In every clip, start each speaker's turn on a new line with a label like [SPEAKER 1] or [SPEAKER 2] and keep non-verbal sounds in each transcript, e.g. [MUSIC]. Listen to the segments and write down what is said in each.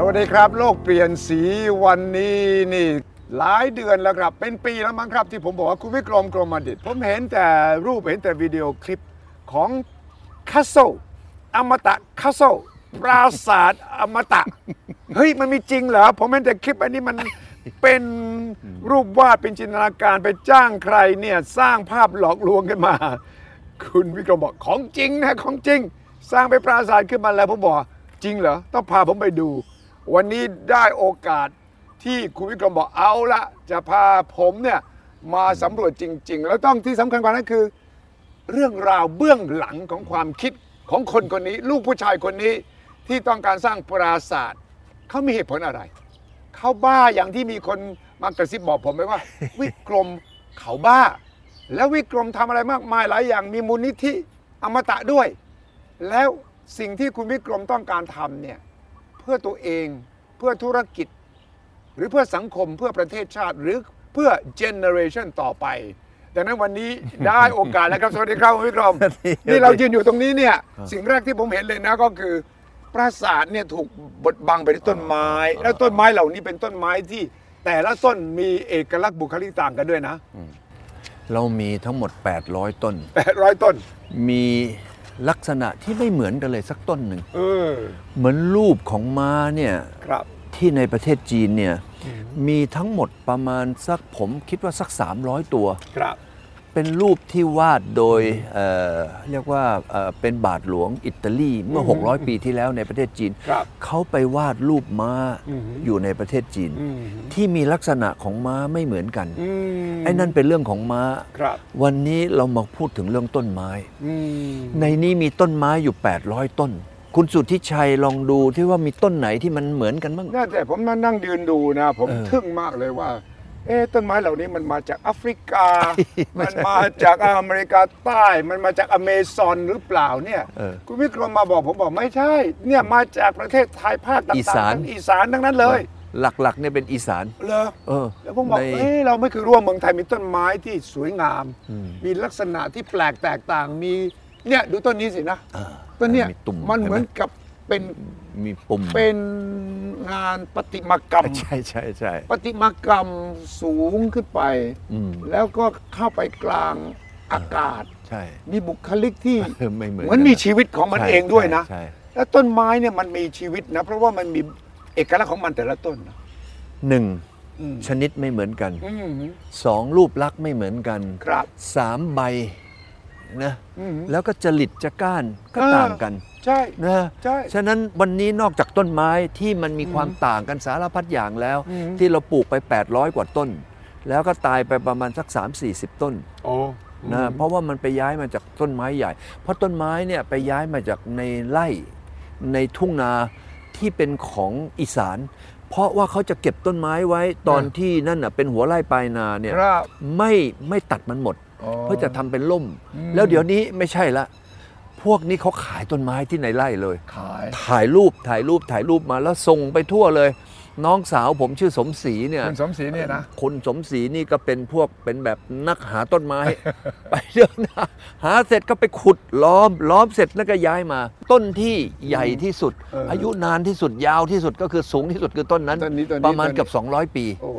[SPEAKER 1] วัสดีครับ โลกเปลี่ยนสีวันนี้นี่หลายเดือนแล้วครับ เป็นปีแล้วมั้งครับ ที่ผมบอกว่าคุณวิกรมกรมดิต ผมเห็นแต่รูปเห็นแต่วิดีโอคลิปของคาโซอมตะคาโซปราสาทอมตะ เฮ้ย มันมีจริงเหรอ ผมเห็นแต่คลิปอันนี้มัน เป็นรูปวาดเป็นจินตนาการไปจ้างใครเนี่ย สร้างภาพหลอกลวงกันมา [LAUGHS] คุณวิกรมบอกของจริงนะของจริง สร้างไปนปราสาทขึ้นมาแล้วผมบอกจริงเหรอ ต้องพาผมไปดู วันนี้ได้โอกาสที่คุณวิกรมบอกเอาละจะพาผมเนี่ย มาสำรวจจริง ๆ แล้วต้องที่สำคัญกว่านั้นคือ เรื่องราวเบื้องหลังของความคิดของคนคนนี้ ลูกผู้ชายคนนี้ที่ต้องการสร้างปราสาทเขามีเหตุผลอะไร เขาบ้าอย่างที่มีคนมากระซิบบอกผมไหมว่า วิกรมเขาบ้า แล้ววิกรมทำอะไรมากมายหลายอย่างมีมูลนิธิอมตะด้วย แล้วสิ่งที่คุณวิกรมต้องการทำเนี่ยเพื่อตัวเองเพื่อธุรกิจ หรือเพื่อสังคมเพื่อประเทศชาติหรือเพื่อเจเนอเรชันต่อไป ดังนั้นวัน
[SPEAKER 2] [LAUGHS]
[SPEAKER 1] นี้ ได้โอกาสแล้วครับ สวัสดีครับคุณวิกรม
[SPEAKER 2] สวัสดีครับ
[SPEAKER 1] นี่เรายืนอยู่ตรงนี้เนี่ยสิ่งแรกที่ผมเห็นเลยนะก็คือ ปราสาทเนี่ยถูกบดบังไปด้วยต้นไม้ แล้วต้นไม้เหล่านี้เป็นต้นไม้ที่ แต่ละต้นมีเอกลักษณ์บุคลิกต่างกันด้วยนะ
[SPEAKER 2] เรามีทั้งหมด 800 ต้น
[SPEAKER 1] 800 ต้น
[SPEAKER 2] มีลักษณะที่ไม่เหมือนกันเลยสักต้นหนึ่ง
[SPEAKER 1] เออ
[SPEAKER 2] เหมือนรูปของม้าเนี่ย
[SPEAKER 1] ครับ
[SPEAKER 2] ที่ในประเทศจีนเนี่ยมีทั้งหมดประมาณสักผมคิดว่าสัก 300 ตัว
[SPEAKER 1] ครับ
[SPEAKER 2] เป็นรูปที่วาดโดยเอ่อเรียกว่าเอ่อเป็นบาทหลวงอิตาลีเมื่อ 600 ปีที่แล้วในประเทศจีน
[SPEAKER 1] ครับ
[SPEAKER 2] เขาไปวาดรูปม้า
[SPEAKER 1] อือฮึ
[SPEAKER 2] อยู่ในประเทศจีน
[SPEAKER 1] อืม
[SPEAKER 2] ที่มีลักษณะของม้าไม่เหมือนกัน
[SPEAKER 1] อืม
[SPEAKER 2] ไอ้นั่นเป็นเรื่องของม้า
[SPEAKER 1] ครับ
[SPEAKER 2] วันนี้เรามาพูดถึงเรื่องต้นไม้
[SPEAKER 1] อืม
[SPEAKER 2] ในนี้มีต้นไม้อยู่ 800 ต้น คุณสุทธิชัยลองดูที่ว่ามีต้นไหนที่มันเหมือนกันบ้าง
[SPEAKER 1] น่าแต่ผมมานั่งยืนดูนะ ผม
[SPEAKER 2] เออ
[SPEAKER 1] ทึ่งมากเลยว่า เอ๊ะต้นไม้เหล่านี้มันมาจากแอฟริ
[SPEAKER 2] [LAUGHS]
[SPEAKER 1] กา มันมาจากอเมริกาใต้มันมาจากอเมซอนหรือเปล่าเนี่ย
[SPEAKER 2] เออ
[SPEAKER 1] คุณวิกรมมาบอกผมบอกไม่ใช่ เนี่ยมาจากประเทศไทยภาคต่าง
[SPEAKER 2] อี
[SPEAKER 1] ๆ
[SPEAKER 2] สาน
[SPEAKER 1] ทั้งอีสานทั้งนั้นเลย
[SPEAKER 2] หลักๆเนี่ยเป็นอีสาน
[SPEAKER 1] เหรอ
[SPEAKER 2] เออ
[SPEAKER 1] แล้วผมบอก
[SPEAKER 2] ใน
[SPEAKER 1] เอ้เราไม่เคยรู้ว่าเมืองไทยมีต้นไม้ที่สวยงาม
[SPEAKER 2] อืม
[SPEAKER 1] มีลักษณะที่แปลกแตกต่าง มี เนี่ย ดูต้นนี้สินะ
[SPEAKER 2] เออ
[SPEAKER 1] ต้นเนี้ย
[SPEAKER 2] มีตุ่ม
[SPEAKER 1] มันเหมือน
[SPEAKER 2] เห็นไหม
[SPEAKER 1] กับเป็น
[SPEAKER 2] มีปุ่ม
[SPEAKER 1] เป็นงานประติมากรรม
[SPEAKER 2] ใช่ใช่ใช่
[SPEAKER 1] ประติมากรรมสูงขึ้นไป
[SPEAKER 2] อืม
[SPEAKER 1] แล้วก็เข้าไปกลางอากาศ
[SPEAKER 2] ใช่
[SPEAKER 1] มีบุคลิกที่
[SPEAKER 2] เออ [LAUGHS] ไม่เหมือน
[SPEAKER 1] มือน
[SPEAKER 2] กัน
[SPEAKER 1] มี
[SPEAKER 2] นะ
[SPEAKER 1] ชีวิตของมัน
[SPEAKER 2] ใช่
[SPEAKER 1] เองด้วยนะ
[SPEAKER 2] ใช่ใช่
[SPEAKER 1] แล้วต้นไม้เนี่ยมันมีชีวิตนะ เพราะว่ามันมีเอกลักษณ์ของมันแต่ละต้นนะ
[SPEAKER 2] หนึ่ง
[SPEAKER 1] อืม
[SPEAKER 2] ชนิดไม่เหมือนกัน
[SPEAKER 1] อืม
[SPEAKER 2] สองรูปลักษณ์ไม่เหมือนกัน
[SPEAKER 1] ครับ
[SPEAKER 2] สามใบนะ
[SPEAKER 1] อืม
[SPEAKER 2] แล้วก็จริตจะก้านก็ต่างกัน
[SPEAKER 1] ใช่
[SPEAKER 2] นะ
[SPEAKER 1] ใช่
[SPEAKER 2] ฉะนั้นวันนี้นอกจากต้นไม้ที่มันมีความต่างกันสารพัดอย่างแล้ว
[SPEAKER 1] อืม
[SPEAKER 2] ที่เราปลูกไป 800 กว่าต้น แล้วก็ตายไปประมาณสัก 3 4 0 ต้น
[SPEAKER 1] โอ้
[SPEAKER 2] นะเพราะว่ามันไปย้ายมาจากต้นไม้ใหญ่ เพราะต้นไม้เนี่ยไปย้ายมาจากในไร่ในทุ่งนาที่เป็นของอีสาน เพราะว่าเขาจะเก็บต้นไม้ไว้ตอนที่นั่นน่ะเป็นหัวไร่ปลายนาเนี่ย
[SPEAKER 1] ครับ
[SPEAKER 2] ไม่ไม่ตัดมันหมด
[SPEAKER 1] อ๋อ
[SPEAKER 2] เพื่อจะทำเป็นล่ม แล้วเดี๋ยวนี้ไม่ใช่ละ พวกนี้เขาขายต้นไม้ที่ในไร่เลย
[SPEAKER 1] ขาย
[SPEAKER 2] ถ่ายรูปถ่ายรูปถ่ายรูปมาแล้วส่งไปทั่วเลย น้องสาวผมชื่อสมศรีเนี่ย
[SPEAKER 1] คุณสมศรีเนี่ยนะ
[SPEAKER 2] คนสมศรีนี่ก็เป็นพวกเป็นแบบนักหาต้นไม้
[SPEAKER 1] [LAUGHS]
[SPEAKER 2] ไปเรื่องนะหาเสร็จก็ไปขุดล้อมล้อมเสร็จแล้วก็ย้ายมา ต้นที่ใหญ่ที่สุด
[SPEAKER 1] เอออ
[SPEAKER 2] อายุนานที่สุดยาวที่สุดก็คือสูงที่สุดคือต้นนั้น
[SPEAKER 1] ต้นนี้ต้นนี้
[SPEAKER 2] ประมาณ
[SPEAKER 1] ต้นนี้
[SPEAKER 2] เกือบ200 ปี
[SPEAKER 1] โอ้โห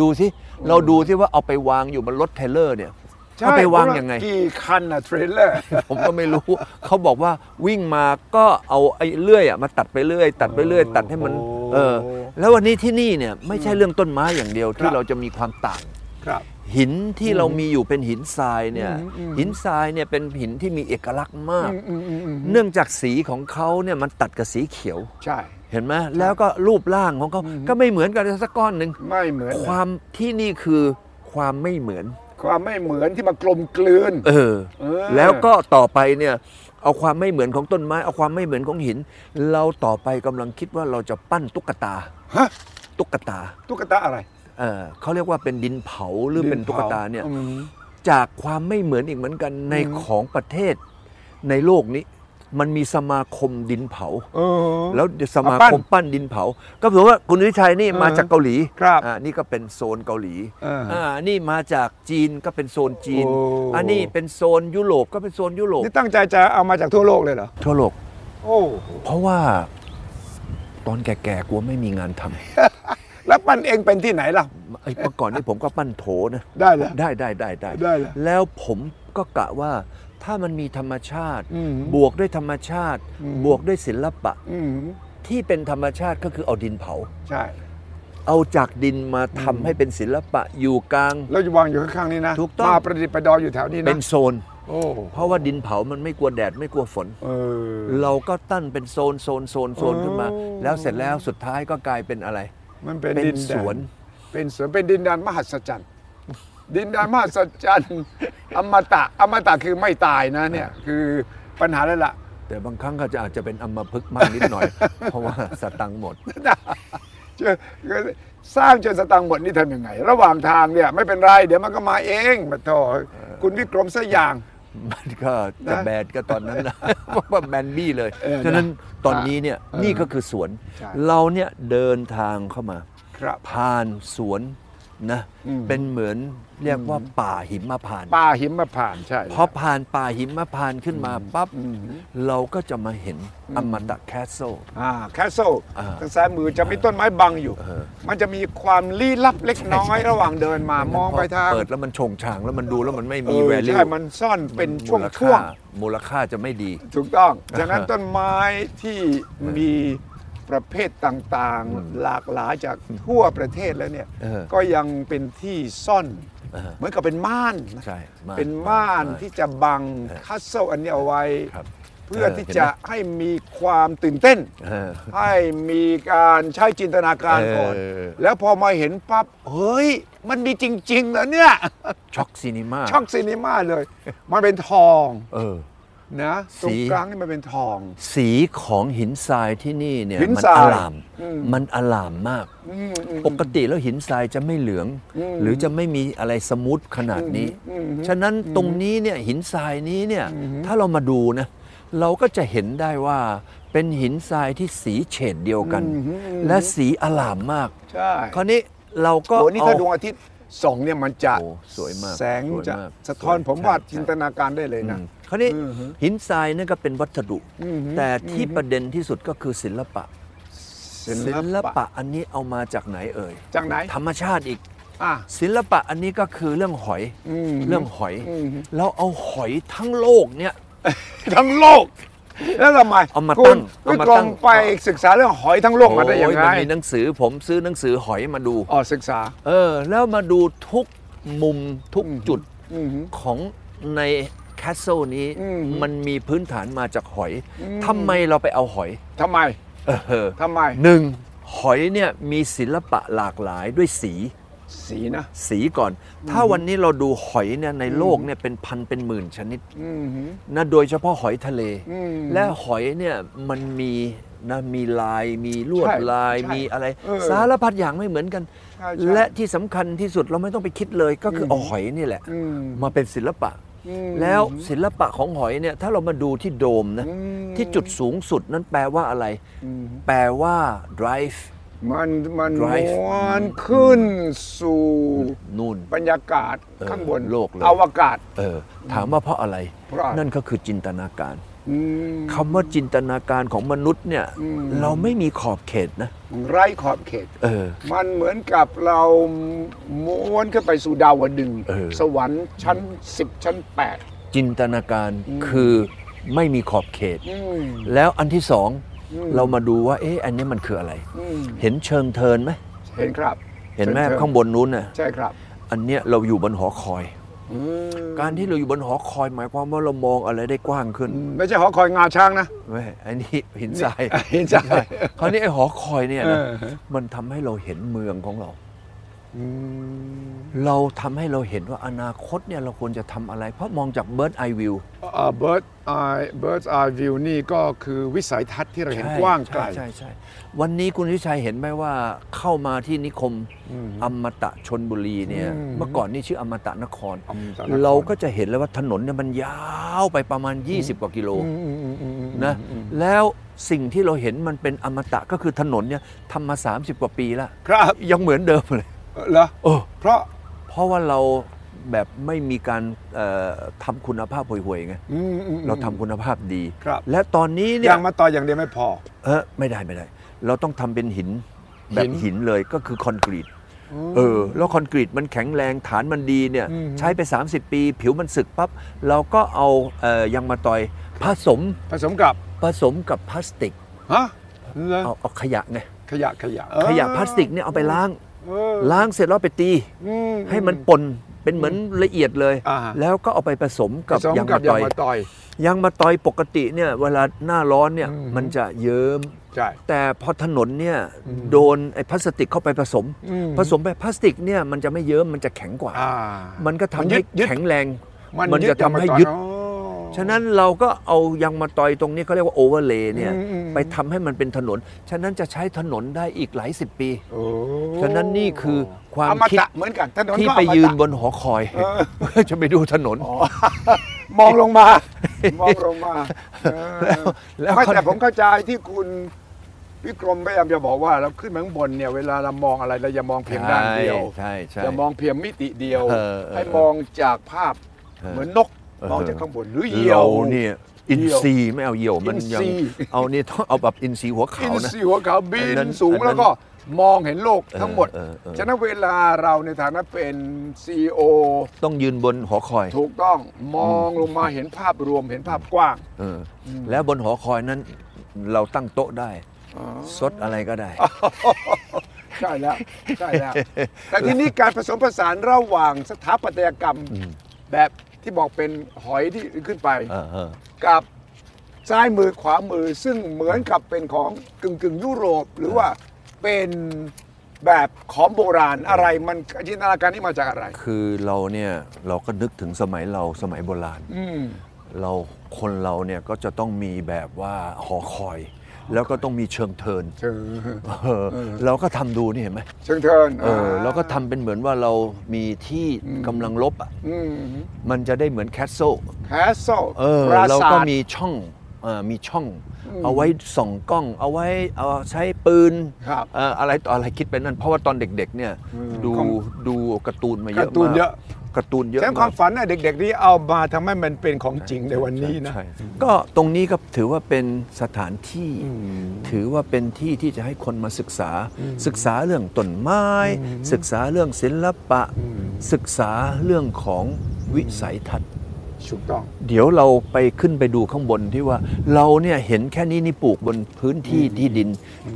[SPEAKER 2] ดูสิเราดูสิว่าเอาไปวางอยู่บนรถเทรลเลอร์เนี่ยเอาไปวางยังไง
[SPEAKER 1] กี่คันอะเทรลเลอร์
[SPEAKER 2] ผมก็ไม่รู้ เขาบอกว่าวิ่งมาก็เอาไอ้เลื่อยอะมาตัดไปเรื่อย ตัดไปเรื่อย ตัดให้มัน
[SPEAKER 1] โอ้
[SPEAKER 2] เออ แล้ววันนี้ที่นี่เนี่ยไม่ใช่เรื่องต้นไม้อย่างเดียว
[SPEAKER 1] ครั
[SPEAKER 2] ที่
[SPEAKER 1] บ
[SPEAKER 2] เราจะมีความต่าง
[SPEAKER 1] ครับ
[SPEAKER 2] หินที่เรามีอยู่เป็นหินทรายเนี่ย
[SPEAKER 1] อืมอืม
[SPEAKER 2] หินทรายเนี่ยเป็นหินที่มีเอกลักษณ์มาก
[SPEAKER 1] อืมอืมอืม
[SPEAKER 2] เนื่องจากสีของเขาเนี่ยมันตัดกับสีเขียว
[SPEAKER 1] ใช่
[SPEAKER 2] เห็นไหมแล้วก็รูปร่างของเขาก็ไม่เหมือนกันเลยสักก้อนหนึ่ง
[SPEAKER 1] ไม่เหมือน
[SPEAKER 2] ความที่นี่คือความไม่เหมือน
[SPEAKER 1] ความไม่เหมือนที่มากลมกลืน
[SPEAKER 2] เออ
[SPEAKER 1] เออ
[SPEAKER 2] แล้วก็ต่อไปเนี่ย เอาความไม่เหมือนของต้นไม้ เอาความไม่เหมือนของหิน เราต่อไปกำลังคิดว่าเราจะปั้นตุ๊กตา
[SPEAKER 1] ฮะ
[SPEAKER 2] ตุ๊กตา
[SPEAKER 1] ตุ๊กตาอะไร
[SPEAKER 2] เออเขาเรียกว่าเป็นดินเผาหรือเป็น
[SPEAKER 1] ดิผ
[SPEAKER 2] ตุ๊กตาเนี่ย
[SPEAKER 1] อืม
[SPEAKER 2] จากความไม่เหมือนอีกเหมือนกันใน
[SPEAKER 1] อืม
[SPEAKER 2] ของประเทศ ในโลกนี้ มันมีสมาคมดินเผา
[SPEAKER 1] เออ
[SPEAKER 2] แล้วสมา
[SPEAKER 1] มาปั้
[SPEAKER 2] คม
[SPEAKER 1] น
[SPEAKER 2] ปั้นดินเผา ก็ถือว่าคุณวิชัยนี่
[SPEAKER 1] เออ
[SPEAKER 2] มาจากเกาหลี
[SPEAKER 1] ครับ
[SPEAKER 2] อ่านี่ก็เป็นโซนเกาหลี
[SPEAKER 1] เอออ่
[SPEAKER 2] นี่มาจากจีนก็เป็นโซนจีน
[SPEAKER 1] โอ้
[SPEAKER 2] อันนี้เป็นโซนยุโรปก็เป็นโซนยุโรป
[SPEAKER 1] นี่ตั้งใจจะเอามาจากทั่วโลกเลยเหรอ
[SPEAKER 2] ทั่วโลก
[SPEAKER 1] โอ้โห
[SPEAKER 2] เพราะว่า ตอนแก่ๆกลัวไม่มีงานทำ
[SPEAKER 1] แล้วปั้นเองเป็นที่ไหนล่ะ
[SPEAKER 2] ไอ้เมื่อก่อนนี่ผมก็ปั้นโถนะ
[SPEAKER 1] ได้เหรอ
[SPEAKER 2] ได้ได้ได้ได้
[SPEAKER 1] ได้เหรอ
[SPEAKER 2] แล้วผมก็กะว่าถ้ามันมีธรรมชาติ
[SPEAKER 1] อืม
[SPEAKER 2] บวกด้วยธรรมชาติ
[SPEAKER 1] อืม
[SPEAKER 2] บวกด้วยศิลปะ
[SPEAKER 1] อืม
[SPEAKER 2] ที่เป็นธรรมชาติก็คือเอาดินเผา
[SPEAKER 1] ใช่
[SPEAKER 2] เอาจากดินมาทำให้เป็นศิลปะอยู่กลาง
[SPEAKER 1] แล้วจะวางอยู่ข้างๆนี้นะ
[SPEAKER 2] ถูกต้อง
[SPEAKER 1] มาประดิษฐ์ประดอยอยู่แถวนี้
[SPEAKER 2] เป็
[SPEAKER 1] นะ
[SPEAKER 2] นโซน
[SPEAKER 1] โอ้
[SPEAKER 2] เพราะว่าดินเผามันไม่กลัวแดดไม่กลัวฝน
[SPEAKER 1] เออ
[SPEAKER 2] เราก็ตั้นเป็นโซนโซนโซนโซนขึ้นมา
[SPEAKER 1] อ๋อ
[SPEAKER 2] แล้วเสร็จแล้วสุดท้ายก็กลายเป็นอะไร
[SPEAKER 1] มันเป็น
[SPEAKER 2] เป็น
[SPEAKER 1] ดินแด
[SPEAKER 2] สวน
[SPEAKER 1] เป็นสวนเป็นดินแดนมหัศจรรย์ ดินแดนมหัศจรรย์ อมตะอมตะคือไม่ตายนะเนี่ยคือปัญหาแล้วล่ะ
[SPEAKER 2] แต่บางครั้งก็จะอาจจะเป็นอัมพฤกษ์มากนิด
[SPEAKER 1] [LAUGHS]
[SPEAKER 2] หน่อย เพราะว่าสตังค์หมด
[SPEAKER 1] เจอสร้างจนสตังค์หมดนี่ทำยังไง ระหว่างทางเนี่ยไม่เป็นไร เดี๋ยวมันก็มาเองมาต่อคุณวิกรมสอย่าง
[SPEAKER 2] มันก็จะ
[SPEAKER 1] นะ
[SPEAKER 2] แบนก็ตอนนั้น
[SPEAKER 1] [LAUGHS]
[SPEAKER 2] นะ ว่าแบนบี้เลย
[SPEAKER 1] เออนะ
[SPEAKER 2] ฉะนั้นตอนนี้เนี่ย
[SPEAKER 1] เออ
[SPEAKER 2] นี่ก็คือสวน
[SPEAKER 1] ใช่
[SPEAKER 2] เราเนี่ยเดินทางเข้ามา
[SPEAKER 1] ครับ
[SPEAKER 2] ผ่านสวนนะ
[SPEAKER 1] อืม
[SPEAKER 2] เป็นเหมือนเรียกว่าป่าหิมพานต์
[SPEAKER 1] ป่าหิมผ่านต์ใช่
[SPEAKER 2] พอผ่านป่าหิมพานต์ขึ้นมาปั๊บเราก็จะมาเห็นอมตะแคสเซิล
[SPEAKER 1] อ่าแคสเซิล
[SPEAKER 2] อ่า
[SPEAKER 1] ทางซ้ายมือจะมีต้นไม้บังอยู่
[SPEAKER 2] เออ
[SPEAKER 1] มันจะมีความลี้ลับเล็กน้อยระหว่างเดินมามองไปทาง
[SPEAKER 2] เปิดแล้วมันชงช่างแล้วมันดูแล้วมันไม่มี
[SPEAKER 1] เออ
[SPEAKER 2] แวลู
[SPEAKER 1] ใช่มันซ่อนเป็นช่วงช่วง
[SPEAKER 2] มูลค่าจะไม่ดี
[SPEAKER 1] ถูกต้องฉะนั้นต้นไม้ที่มีประเภทต่างๆ หลากหลายจากทั่วประเทศแล้วเนี่ย
[SPEAKER 2] เออ
[SPEAKER 1] ก็ยังเป็นที่ซ่อน
[SPEAKER 2] เออ
[SPEAKER 1] เหมือนกับเป็นม่านนะ
[SPEAKER 2] ใช่มก
[SPEAKER 1] เป็นม่าน
[SPEAKER 2] ก
[SPEAKER 1] ที่จะบังคัสเซิลอันนี้เอาไว้
[SPEAKER 2] ครับ
[SPEAKER 1] เพื่อ
[SPEAKER 2] เออ
[SPEAKER 1] ที่
[SPEAKER 2] เห็น
[SPEAKER 1] จะ
[SPEAKER 2] ไหม
[SPEAKER 1] ให้มีความตื่นเต้น
[SPEAKER 2] เออ
[SPEAKER 1] ให้มีการใช้จินตนาการก่อน
[SPEAKER 2] เออ
[SPEAKER 1] แล้วพอมาเห็นปั๊บ เฮ้ย มันมีจริงๆเหรอเนี่ย
[SPEAKER 2] ช็อกซีนีมา
[SPEAKER 1] ช่องซีนีมาเลย มันเป็นทอง
[SPEAKER 2] เออ
[SPEAKER 1] นะตรง
[SPEAKER 2] สี
[SPEAKER 1] กลางนี่มันเป็นทอง
[SPEAKER 2] สีของหินทรายที่นี่เนี่ย
[SPEAKER 1] หิน
[SPEAKER 2] มั
[SPEAKER 1] ทราย
[SPEAKER 2] อลาม
[SPEAKER 1] อืม
[SPEAKER 2] มันอลามมาก
[SPEAKER 1] อืมอืม
[SPEAKER 2] ปกติแล้วหินทรายจะไม่เหลือง
[SPEAKER 1] อืม
[SPEAKER 2] หรือจะไม่มีอะไรสมูทขนาดนี้
[SPEAKER 1] อืมอืม
[SPEAKER 2] ฉะนั้นตรงนี้เนี่ยหินทรายนี้เนี่ยถ้าเรามาดูนะเราก็จะเห็นได้ว่าเป็นหินทรายที่สีเฉดเดียวกัน
[SPEAKER 1] อืมอืมอืม
[SPEAKER 2] และสีอลามมาก
[SPEAKER 1] ใช่
[SPEAKER 2] คราวนี้เราก็
[SPEAKER 1] โอ้นี่
[SPEAKER 2] เอา
[SPEAKER 1] ถ้าดวงอาทิตย์ส่องเนี่ยมันจะ
[SPEAKER 2] โอ้สวยมาก
[SPEAKER 1] แสง
[SPEAKER 2] สวย
[SPEAKER 1] จะ
[SPEAKER 2] มาก
[SPEAKER 1] สะท้อน
[SPEAKER 2] สวย
[SPEAKER 1] ผมว่า
[SPEAKER 2] ใช่ใช่
[SPEAKER 1] จินตนาการได้เลยนะ
[SPEAKER 2] คราวนี้
[SPEAKER 1] อือฮึ
[SPEAKER 2] หินทรายนั่นก็เป็นวัสดุ
[SPEAKER 1] อือฮึ
[SPEAKER 2] แต่ที่ประเด็นที่สุดก็คือศิลปะ
[SPEAKER 1] ศิ
[SPEAKER 2] ศิ
[SPEAKER 1] ล
[SPEAKER 2] ล
[SPEAKER 1] ปะ
[SPEAKER 2] ปะอันนี้เอามาจากไหนเอ่ย
[SPEAKER 1] จากไหน
[SPEAKER 2] ธรรมชาติอีก
[SPEAKER 1] อ่ะ
[SPEAKER 2] ศิลปะอันนี้ก็คือเรื่องหอย
[SPEAKER 1] อืม
[SPEAKER 2] เรื่องหอย
[SPEAKER 1] อืม
[SPEAKER 2] เราเอาหอยทั้งโลกเนี่ย
[SPEAKER 1] ทั้งโลก แล้วทำไม
[SPEAKER 2] เอามา
[SPEAKER 1] คุณ
[SPEAKER 2] ตั้ง
[SPEAKER 1] คุณ
[SPEAKER 2] เอามา
[SPEAKER 1] ตรง
[SPEAKER 2] ตั้ง
[SPEAKER 1] ไปศึกษาเรื่องหอยทั้งโลกมาได้ยัง
[SPEAKER 2] โอ้ย
[SPEAKER 1] ไง
[SPEAKER 2] มันมีหนังสือผมซื้อหนังสือหอยมาดู
[SPEAKER 1] อ๋อศึกษา
[SPEAKER 2] เออ แล้วมาดูทุกมุมทุกจุด
[SPEAKER 1] อืม
[SPEAKER 2] ของในแคสเซิลนี้
[SPEAKER 1] อืม
[SPEAKER 2] มันมีพื้นฐานมาจากหอยทำไมเราไปเอาหอย
[SPEAKER 1] ทำไม
[SPEAKER 2] เออ
[SPEAKER 1] ทำไม
[SPEAKER 2] หนึ่งหอยเนี่ยมีศิลปะหลากหลายด้วยสี
[SPEAKER 1] สีนะ
[SPEAKER 2] สีก่อน ถ้าวันนี้เราดูหอยเนี่ยในโลกเนี่ยเป็นพันเป็นหมื่นชนิด
[SPEAKER 1] อืม
[SPEAKER 2] นะโดยเฉพาะหอยทะเล
[SPEAKER 1] อืม
[SPEAKER 2] และหอยเนี่ยมันมีนะมีลายมีลวด
[SPEAKER 1] ใช่
[SPEAKER 2] ลาย
[SPEAKER 1] ใช่
[SPEAKER 2] มีอะไร
[SPEAKER 1] เออ
[SPEAKER 2] สารพัดอย่างไม่เหมือนกัน
[SPEAKER 1] ใช่ใช่
[SPEAKER 2] และที่สำคัญที่สุดเราไม่ต้องไปคิดเลยก็คืออเอาหอยนี่แหละ
[SPEAKER 1] อืม
[SPEAKER 2] มาเป็นศิลปะ
[SPEAKER 1] อืม
[SPEAKER 2] แล้วศิลปะของหอยเนี่ยถ้าเรามาดูที่โดมนะ
[SPEAKER 1] อืม
[SPEAKER 2] ที่จุดสูงสุดนั้นแปลว่าอะไร แปลว่า drive
[SPEAKER 1] มันมัน
[SPEAKER 2] Drive
[SPEAKER 1] ม้วนขึ้นสู่
[SPEAKER 2] นู่น
[SPEAKER 1] บรรยากาศ
[SPEAKER 2] เออ
[SPEAKER 1] ข้างบน
[SPEAKER 2] โลกเลย
[SPEAKER 1] อวกาศ
[SPEAKER 2] เออถามว่าเพราะอะไร
[SPEAKER 1] เพราะอะไร
[SPEAKER 2] นั่นก็คือจินตนาการ
[SPEAKER 1] อืม
[SPEAKER 2] คำว่าจินตนาการของมนุษย์เนี่ย
[SPEAKER 1] อืม
[SPEAKER 2] เราไม่มีขอบเขตนะ
[SPEAKER 1] ไร้ขอบเขต
[SPEAKER 2] เออ
[SPEAKER 1] มันเหมือนกับเราม้วนขึ้นไปสู่ดาวดึงส์
[SPEAKER 2] เออ
[SPEAKER 1] สวรรค์ชั้น 10 ชั้น 8
[SPEAKER 2] จินตนาการคือไม่มีขอบเขต
[SPEAKER 1] อืม
[SPEAKER 2] แล้วอันที่สอง
[SPEAKER 1] อืม
[SPEAKER 2] เรามาดูว่า เอ๊ะอันนี้มันคืออะไร
[SPEAKER 1] อืม
[SPEAKER 2] เห็นเชิงเทินไหม
[SPEAKER 1] เห็นครับ
[SPEAKER 2] เห็นไหม
[SPEAKER 1] ชิญ
[SPEAKER 2] ข้างบนนู้นน่ะ
[SPEAKER 1] ใช่ครับ
[SPEAKER 2] อันเนี้ยเราอยู่บนหอคอย
[SPEAKER 1] อืม
[SPEAKER 2] การที่เราอยู่บนหอคอย หมายความว่าเรามองอะไรได้กว้างขึ้น
[SPEAKER 1] ไม่ใช่หอคอยงาช้างนะ
[SPEAKER 2] แม่อันนี้หินท
[SPEAKER 1] [LAUGHS]
[SPEAKER 2] ราย
[SPEAKER 1] หินทราย
[SPEAKER 2] คราวนี้ไอ้หอคอยเนี่ยนะ
[SPEAKER 1] เออฮะ
[SPEAKER 2] มันทำให้เราเห็นเมืองของเรา
[SPEAKER 1] อืม
[SPEAKER 2] เราทำให้เราเห็นว่าอนาคตเนี่ยเราควรจะทำอะไร เพราะมองจากเบิร์ดไอวิว
[SPEAKER 1] เบิร์ดไอเบิร์ดไอวิวนี่ก็คือวิสัยทัศน์ที่เราเห็นกว้างไกล
[SPEAKER 2] ใช่ใช่ใช่วันนี้คุณวิชัยเห็นไหมว่าเข้ามาที่นิคมอมตะชนบุรีเนี่ย
[SPEAKER 1] อืม
[SPEAKER 2] เมื่อก่อนนี่ชื่ออมตะนคร
[SPEAKER 1] อมตะนคร
[SPEAKER 2] เราก็จะเห็นเลยว่าถนนเนี่ยมันยาวไปประมาณ 20 กว่ากิโล
[SPEAKER 1] อืมอืมอืมอืม
[SPEAKER 2] นะแล้วสิ่งที่เราเห็นมันเป็นอมตะก็คือถนนเนี่ยทำมา 30 กว่าปีละ
[SPEAKER 1] ครับ
[SPEAKER 2] ยังเหมือนเดิมเลย
[SPEAKER 1] เหรอ
[SPEAKER 2] เออ
[SPEAKER 1] เพราะ
[SPEAKER 2] เพราะว่าเราแบบไม่มีการเอ่อทำคุณภาพห่วยๆไง
[SPEAKER 1] อืมอืมอืม
[SPEAKER 2] เราทำคุณภาพดี
[SPEAKER 1] ครับ
[SPEAKER 2] และตอนนี้เนี่ย
[SPEAKER 1] ยางมาต่ออย่างเดียวไม่พอ
[SPEAKER 2] เออไม่ได้ไม่ได้ เราต้องทำเป็นหินแบบหินเลยก็คือคอนกรีต เออแล้วคอนกรีตมันแข็งแรงฐานมันดีเนี่ย
[SPEAKER 1] อืม
[SPEAKER 2] ใช้ไป 30 ปี ผิวมันสึกปั๊บเราก็เอาเอ่อยางมาตอยผสม
[SPEAKER 1] ผสมกับ
[SPEAKER 2] ผสมกับพลาสติก
[SPEAKER 1] ฮะเหรอ
[SPEAKER 2] เอาเอาขยะไง
[SPEAKER 1] ขยะขยะ
[SPEAKER 2] ขยะพลาสติกเนี่ยเอาไปล้าง
[SPEAKER 1] เออ
[SPEAKER 2] ล้างเสร็จแล้วเอาไปตี
[SPEAKER 1] อื
[SPEAKER 2] ให้มันปนเป็นเหมือนละเอียดเลย
[SPEAKER 1] อ่าฮะ
[SPEAKER 2] แล้วก็เอาไปผสม
[SPEAKER 1] ผ
[SPEAKER 2] กับ
[SPEAKER 1] สม
[SPEAKER 2] ยาง
[SPEAKER 1] กับ
[SPEAKER 2] มะ
[SPEAKER 1] ยาง
[SPEAKER 2] ตอย
[SPEAKER 1] มะตอย
[SPEAKER 2] ยางมะตอยปกติเนี่ยเวลาหน้าร้อนเนี่ย
[SPEAKER 1] อืม
[SPEAKER 2] มันจะเยิ้ม
[SPEAKER 1] ใช่
[SPEAKER 2] แต่พอถนนเนี่ย
[SPEAKER 1] อืม
[SPEAKER 2] โดนไอ้พลาสติกเข้าไปผสม
[SPEAKER 1] อื
[SPEAKER 2] ผสมไปพลาสติกเนี่ยมันจะไม่เยิ้มมันจะแข็งกว่า
[SPEAKER 1] อ่า
[SPEAKER 2] มันก็ทำ
[SPEAKER 1] นยึ
[SPEAKER 2] ให้
[SPEAKER 1] ดยึด
[SPEAKER 2] แข็งแรง
[SPEAKER 1] มัน
[SPEAKER 2] มัน
[SPEAKER 1] ยึด
[SPEAKER 2] จะทำ
[SPEAKER 1] าง
[SPEAKER 2] ให้
[SPEAKER 1] มะตอ
[SPEAKER 2] ยึด
[SPEAKER 1] อ๋อ
[SPEAKER 2] ฉะนั้นเราก็เอายางมาตอยตรงนี้เขาเรียกว่าโอเวอร์เลย์เนี่ย
[SPEAKER 1] อืมอืมอืม
[SPEAKER 2] ไปทำให้มันเป็นถนน ฉะนั้นจะใช้ถนนได้อีกหลายสิบปี
[SPEAKER 1] โอ้
[SPEAKER 2] ฉะนั้นนี่คือความ
[SPEAKER 1] อม
[SPEAKER 2] คิด
[SPEAKER 1] ตะเหมือนกันถนน
[SPEAKER 2] ที่
[SPEAKER 1] ก็อมตะ
[SPEAKER 2] ไปยืนบนหอคอย
[SPEAKER 1] เออ
[SPEAKER 2] เพื่อ [LAUGHS] จะไปดูถนน
[SPEAKER 1] อ๋อ มองลงมา มองลงมาเออ
[SPEAKER 2] แล้วแล้ว
[SPEAKER 1] ไม่
[SPEAKER 2] เขา
[SPEAKER 1] แต่ผมเข้าใจที่คุณวิกรมพยายามจะบอกว่าเราขึ้นมาข้างบนเนี่ยเวลาเรามองอะไรเราอย่ามองเพียงด้านเดียว
[SPEAKER 2] ใช่ใช่
[SPEAKER 1] อย่ามองเพียงมิติเดียว
[SPEAKER 2] เออเออ
[SPEAKER 1] ให้มองจากภาพ
[SPEAKER 2] เออ
[SPEAKER 1] เหมือนนก
[SPEAKER 2] เออ
[SPEAKER 1] มองจากข้างบนหรือเหยี่ย
[SPEAKER 2] เรา
[SPEAKER 1] ว
[SPEAKER 2] เนี่ยอินซีย์ไม่เอาเหยี่ยวมันยั
[SPEAKER 1] อิน
[SPEAKER 2] ง
[SPEAKER 1] ซีย์
[SPEAKER 2] เอานี่ต้องเอาแบบอินซีย์หัว
[SPEAKER 1] อิ
[SPEAKER 2] ขาน วนะ
[SPEAKER 1] ทรีย์หัวขาวบิ
[SPEAKER 2] อัน
[SPEAKER 1] น
[SPEAKER 2] นั้น
[SPEAKER 1] สูง
[SPEAKER 2] อันนั้น
[SPEAKER 1] แล้วก็มองเห็นโลกทั้งหมด
[SPEAKER 2] เออเออเออ
[SPEAKER 1] ฉะนั้นเวลาเราในฐานะเป็น CEO
[SPEAKER 2] ต้องยืนบนหอคอย
[SPEAKER 1] ถูกต้องมองลงมาเห็นภาพรวมเห็นภาพกว้าง
[SPEAKER 2] เอออแล้วบนหอคอยนั้นเราตั้งโต๊ะได้
[SPEAKER 1] อ๋อ
[SPEAKER 2] ซดอะไรก็ได้
[SPEAKER 1] ใช่แล้วใช่
[SPEAKER 2] [LAUGHS]
[SPEAKER 1] แล้ว แต่ที่นี่การผสมผสานระหว่างสถาปัตยกรรมแบบที่บอกเป็นหอยที่ขึ้นไป
[SPEAKER 2] เออเออ
[SPEAKER 1] กับซ้ายมือขวามือซึ่งเหมือนกับเป็นของกึ่งกึ่งๆยุโรป หรือว่าเป็นแบบของโบราณอะไรมันจินตนาการนี่มาจากอะไร
[SPEAKER 2] คือเราเนี่ยเราก็นึกถึงสมัยเราสมัยโบราณ
[SPEAKER 1] อืม
[SPEAKER 2] เราคนเราเนี่ยก็จะต้องมีแบบว่าหอคอย แล้วก็ต้องมีเชิงเทิน
[SPEAKER 1] เชิง
[SPEAKER 2] เออเราก็ทำดูนี่เห็นไหม
[SPEAKER 1] เชิงเทิน
[SPEAKER 2] เออเราก็ทำเป็นเหมือนว่าเรามีที่กำลังลบอ่ะ
[SPEAKER 1] อืม
[SPEAKER 2] มันจะได้เหมือนแคสโซ
[SPEAKER 1] แคสโซ
[SPEAKER 2] เออ
[SPEAKER 1] ปรา
[SPEAKER 2] เรา
[SPEAKER 1] สา
[SPEAKER 2] ก็
[SPEAKER 1] ท
[SPEAKER 2] มีช่องเออมีช่อง เอาไว้ส่องกล้อง เอาไว้เอาใช้ปืน
[SPEAKER 1] ครับ
[SPEAKER 2] เอ่ออะไรต่ออะไรคิดไปนั่นเพราะว่าตอนเด็กๆเนี่ย
[SPEAKER 1] อืม
[SPEAKER 2] ดู
[SPEAKER 1] ของ
[SPEAKER 2] ดูการ์ตูนมาเยอะ
[SPEAKER 1] การ์ตูน
[SPEAKER 2] มาก
[SPEAKER 1] เยอะ
[SPEAKER 2] การ์ตูนเยอะ
[SPEAKER 1] ฉันความ
[SPEAKER 2] ก
[SPEAKER 1] ฝันนะเด็กๆที่เอามาทำให้มันเป็นของจริงในวันนี้นะ
[SPEAKER 2] ใช่ใช่ก็ตรงนี้ก็ถือว่าเป็นสถานที่ ถือว่าเป็นที่ที่จะให้คนมาศึกษา ศึกษาเรื่องต้นไม้ ศึกษาเรื่องศิลปะ ศึกษาเรื่องของวิสัยทัศน์
[SPEAKER 1] ถูกต้อง
[SPEAKER 2] เดี๋ยวเราไปขึ้นไปดูข้างบนที่ว่าเราเนี่ยเห็นแค่นี้นี่ปลูกบนพื้นที่ที่ดิน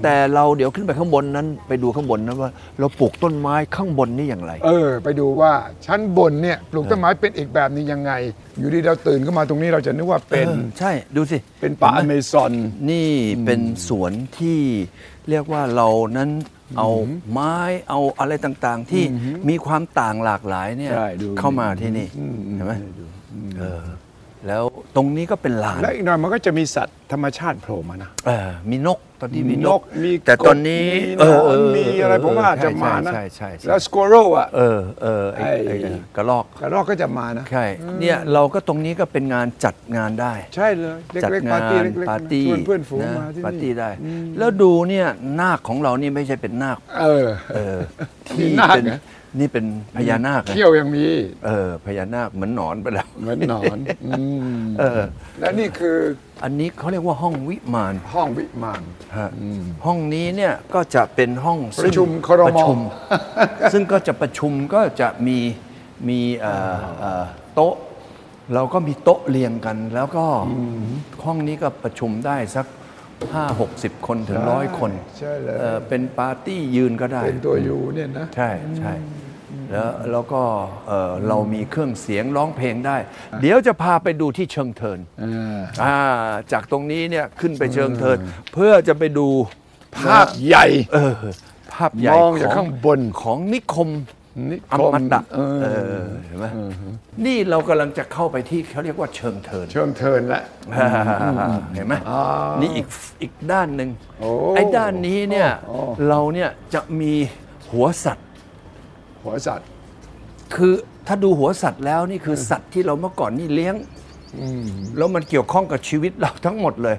[SPEAKER 2] แต่เราเดี๋ยวขึ้นไปข้างบนนั้นไปดูข้างบนนั้นว่า เราปลูกต้นไม้ข้างบนนี่อย่างไร
[SPEAKER 1] เออ ไปดูว่าชั้นบนเนี่ยปลูกต้นไม้เป็นอีกแบบหนึงยังไง อยู่ดีเราตื่นขึ้นมาตรงนี้เราจะนึกว่าเป็น
[SPEAKER 2] เออใช่ดูสิ
[SPEAKER 1] เป็นป่าอเมซอน
[SPEAKER 2] นี่เป็นสวนที่เรียกว่าเรานั้นเอาไม้เอาอะไรต่างๆ ที่มีความต่างหลากหลายเนี่ย
[SPEAKER 1] ใช่ดู
[SPEAKER 2] เข้ามาที่นี่
[SPEAKER 1] อืมอืม
[SPEAKER 2] เห็นไหมเออแล้วตรงนี้ก็เป็นลาน
[SPEAKER 1] และอีกหน่อยมันก็จะมีสัตว์ธรรมชาติโผล่มานะ
[SPEAKER 2] เออมีนกตอนนี้มีนก
[SPEAKER 1] มี
[SPEAKER 2] แต่ตอนนี้
[SPEAKER 1] มีหนอนมีอะไรผมว่า
[SPEAKER 2] เใช่
[SPEAKER 1] จะมานะ
[SPEAKER 2] ใช่ใช่ใช่
[SPEAKER 1] แล้วสโคโรอ่ะ
[SPEAKER 2] เออเออไอ้ไอ้
[SPEAKER 1] ไอ้
[SPEAKER 2] กระรอก
[SPEAKER 1] กระรอกก็จะมานะ
[SPEAKER 2] ใช่เนี่ยเราก็ตรงนี้ก็เป็นงานจัดงานได้
[SPEAKER 1] ใช่เลยเล็
[SPEAKER 2] จัด
[SPEAKER 1] กๆ
[SPEAKER 2] งา
[SPEAKER 1] ปาน ร์ตี้เล็ก
[SPEAKER 2] ปาร์ตี้
[SPEAKER 1] ๆชวนเพื่อนฝูง
[SPEAKER 2] ะ
[SPEAKER 1] มาที่
[SPEAKER 2] ปาร์ตี้
[SPEAKER 1] นี่
[SPEAKER 2] ได้ แล้วดูเนี่ยนาคของเรานี่ไม่ใช่เป็นนาค
[SPEAKER 1] เออ
[SPEAKER 2] เออ
[SPEAKER 1] มี
[SPEAKER 2] ที่
[SPEAKER 1] นาค
[SPEAKER 2] เป็น
[SPEAKER 1] เหรอ
[SPEAKER 2] นี่เป็นพญานาคนะ
[SPEAKER 1] เขี้ยวยังมี
[SPEAKER 2] เออพญานาคเหมือนหนอนไปแล้ว
[SPEAKER 1] เหมือนหนอนอืม
[SPEAKER 2] เออ
[SPEAKER 1] และนี่คือ
[SPEAKER 2] อันนี้เขาเรียกว่าห้องวิมาน
[SPEAKER 1] ห้องวิมาน
[SPEAKER 2] ฮะห้องนี้เนี่ยก็จะเป็นห้อง
[SPEAKER 1] ป
[SPEAKER 2] ซึ่ง
[SPEAKER 1] ระชุมครม
[SPEAKER 2] ป
[SPEAKER 1] [LAUGHS]
[SPEAKER 2] ระชุมซึ่งก็จะประชุมก็จะมีมีเอ่อเอ่อโต๊ะ เราก็มีโต๊ะเรียงกัน แล้วก็ห้องนี้ก็ประชุมได้สัก 5 60 คนถึงร้อยคน
[SPEAKER 1] ใช่เลย
[SPEAKER 2] เอ่อเป็นปาร์ตี้ยืนก็ได้
[SPEAKER 1] เป็นตัวยูเนี่ยนะ
[SPEAKER 2] ใช่ใช่แล้วแล้วก็เอ่อเรามีเครื่องเสียงร้องเพลงได้ เดี๋ยวจะพาไปดูที่เชิงเทินอ่าจากตรงนี้เนี่ยขึ้นไปเชิงเทิน เพื่อจะไปดู
[SPEAKER 1] ภาพใหญ่
[SPEAKER 2] เออภาพใหญ่
[SPEAKER 1] มองจากข้างบน
[SPEAKER 2] ของนิคม
[SPEAKER 1] นิค
[SPEAKER 2] อ
[SPEAKER 1] ม
[SPEAKER 2] มตะ
[SPEAKER 1] เออ
[SPEAKER 2] เออเห็นไหมนี่เรากำลังจะเข้าไปที่เขาเรียกว่าเชิงเทิน
[SPEAKER 1] เชิงเทินละ
[SPEAKER 2] เห็นไหมนี่อีกอีกด้านหนึ่ง
[SPEAKER 1] โอ้
[SPEAKER 2] ไอ้ด้านนี้เนี่ย
[SPEAKER 1] โอ้
[SPEAKER 2] เราเนี่ยจะมีหัวสัตว์
[SPEAKER 1] หัวสัตว์
[SPEAKER 2] คือถ้าดูหัวสัตว์แล้วนี่คือสัตว์ที่เราเมื่อก่อนนี่เลี้ยงแล้วมันเกี่ยวข้องกับชีวิตเราทั้งหมดเลย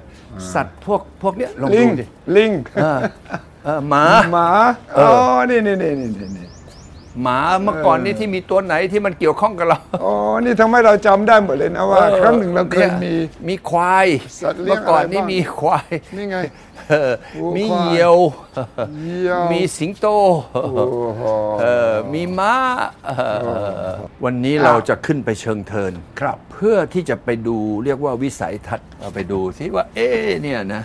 [SPEAKER 2] สัตว์พวกพวกเนี้ยลอง
[SPEAKER 1] ลิ
[SPEAKER 2] ดู
[SPEAKER 1] ง
[SPEAKER 2] ดิ
[SPEAKER 1] ลิง
[SPEAKER 2] [LAUGHS] เออเออหมา
[SPEAKER 1] หมาอ๋อนี่นี่นี่นี่นี่นี่
[SPEAKER 2] หมาเมื่อก่อนนี่ที่มีตัวไหนที่มันเกี่ยวข้องกับเรา
[SPEAKER 1] อ๋อนี่ทำให้เราจำได้หมดเลยนะว่า ครั้งหนึ่งเราเคย
[SPEAKER 2] นี่
[SPEAKER 1] มี
[SPEAKER 2] มีควาย
[SPEAKER 1] สัตว์เลี้ยง
[SPEAKER 2] เมื่อก่อนนี่
[SPEAKER 1] อะไรบ้าง
[SPEAKER 2] มีควาย [LAUGHS]
[SPEAKER 1] นี่ไง
[SPEAKER 2] เออมีเหยี่ยว
[SPEAKER 1] เยี่ยม
[SPEAKER 2] มีสิงโต
[SPEAKER 1] โอ้โห
[SPEAKER 2] เอ่อมีม้าเอ่อวันนี้เราจะขึ้นไปเชิงเทิน
[SPEAKER 1] ครับ
[SPEAKER 2] เพื่อที่จะไปดูเรียกว่าวิสัยทัศน์เราไปดูสิว่า เอ๊ะเนี่ยนะ